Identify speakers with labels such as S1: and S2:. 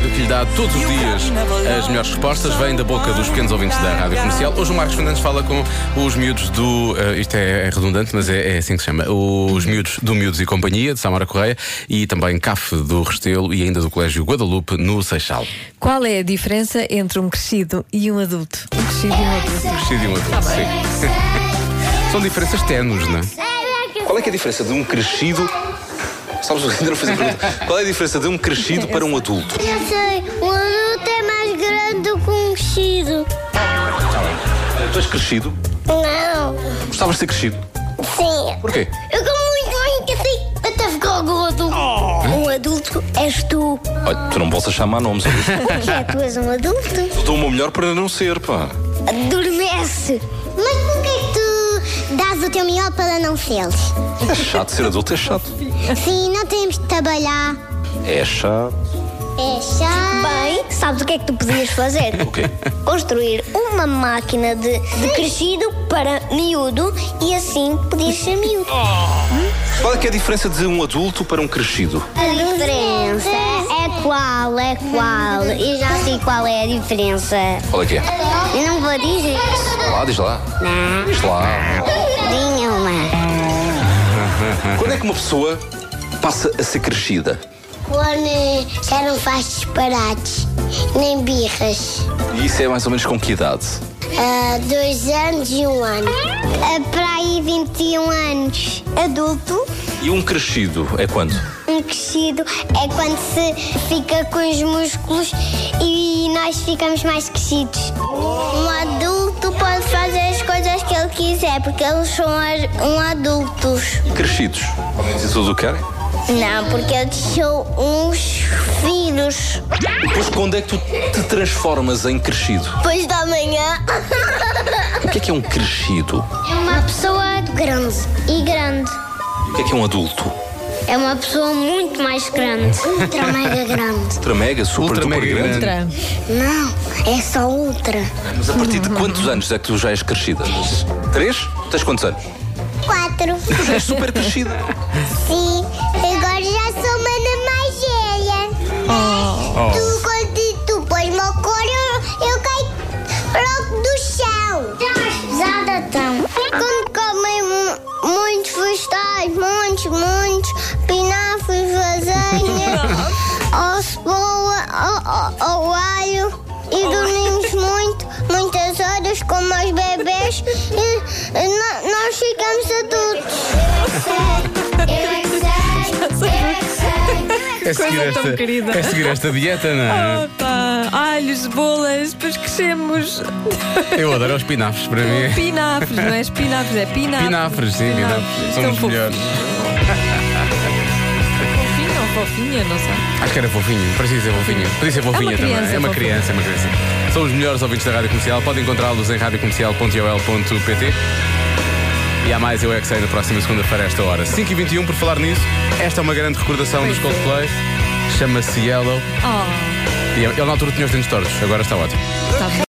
S1: lhe dá todos os dias as melhores respostas. Vêm da boca dos pequenos ouvintes da rádio comercial. Hoje o Marcos Fernandes fala com os miúdos do. eh, isto é, é redundante, mas é, é assim que se chama. Os miúdos do Miúdos e Companhia, de Samara Correia, e também CAF do Restelo e ainda do Colégio Guadalupe, no Seixal.
S2: Qual é a diferença entre um crescido e um adulto? Um crescido e um adulto.
S1: Crescido e um adulto, sim. São diferenças tenues, não é?
S3: Qual é, que é a diferença de um crescido? Sabes o que ainda não fiz a pergunta? Qual é a diferença de um crescido para um adulto?
S4: Eu sei, o adulto é mais grande do que um vestido.
S3: Tu és crescido?
S4: Não.
S3: Gostavas de ser crescido?
S4: Sim.
S3: Porquê?
S4: Eu como muito bem que assim até ficar gordo.
S3: Oh.
S4: Um adulto és tu.
S3: Olha, tu não possas chamar nomes. Eu
S4: Porque é tu és um adulto.
S3: dou o meu melhor para não ser, pá.
S4: Adormece. Mas por que tu dás o teu melhor para não seres?
S3: É chato ser adulto, é chato.
S4: Sim, não temos de trabalhar.
S3: É chato.
S4: É chato. Bem, sabes o que é que tu podias fazer?
S3: O quê?
S4: Construir uma máquina de, de crescido para miúdo e assim podias ser miúdo.
S3: Qual é que é a diferença de um adulto para um crescido?
S4: A diferença é qual, é qual. Eu já sei qual é a diferença.
S3: Qual é que é?
S4: Eu não vou dizer.
S3: Vá Lá, diz lá. Diz lá.
S4: Nenhuma.
S3: Quando é que uma pessoa passa a ser crescida?
S4: Quando já não faz disparates, nem birras.
S3: E isso é mais ou menos com que idade?
S4: Ah, dois anos e um ano. Ah, para aí 21 anos. Adulto.
S3: E um crescido é quando?
S4: Um crescido é quando se fica com os músculos e nós ficamos mais crescidos. Um adulto pode fazer as coisas que ele quiser, porque eles são as- um adultos.
S3: E crescidos? Dizem tudo o que querem?
S4: Não, porque eles são uns filhos.
S3: E depois quando é que tu te transformas em crescido?
S4: Depois da manhã.
S3: O que é que é um crescido?
S4: É uma pessoa grande e grande.
S3: E O que é que é um adulto?
S4: É uma pessoa muito mais grande. Ultra mega grande.
S3: Ultra mega, super,
S1: Ultra
S3: duper
S1: mega grande.
S2: Outra.
S4: Não, é só ultra.
S3: Mas a partir de quantos anos é que tu já és crescida? Três? Tens quantos anos?
S4: Quatro.
S3: Tu já és super crescida.
S4: Sim, agora já sou mana mais velha. Tu, quando tu pões uma cor, eu, eu caio logo do chão. Pesada tão. Quando comem mu- muitos vegetais, muitos, muitos, pinafres, lasanha, ou cebola, ou, ou, ou alho, e dormimos muito, muitas horas, como os bebês, e, e no- nós ficamos adultos. Eu é que sei, eu é que sei.
S1: É
S2: Coisa tão querida.
S1: é seguir esta dieta, não é?
S2: Opa, alhos, bolas, depois crescemos.
S1: Eu adoro os pinafres para mim.
S2: Pinafres, não é? Espinafres, é pinafres.
S1: Pinafres, sim, pinafres. São
S2: Tão
S1: os
S2: fofo-
S1: melhores.
S2: Fofinho ou fofinha, não sei.
S1: Acho que era fofinho, parecia ser fofinho. Podia ser fofinha
S2: uma
S1: também.
S2: criança,
S1: é uma
S2: fofinho.
S1: criança, é uma criança. São os melhores ouvintes da Rádio Comercial. Podem encontrá-los em radiocomercial.ol.pt E há mais Eu é que sei na próxima segunda-feira, a esta hora. 5h21, por falar nisso, esta é uma grande recordação dos Coldplay. Chama-se Yellow.
S2: Oh, Ah,
S1: E ele na altura tinha os dentes tortos, agora está ótimo.
S2: está bem.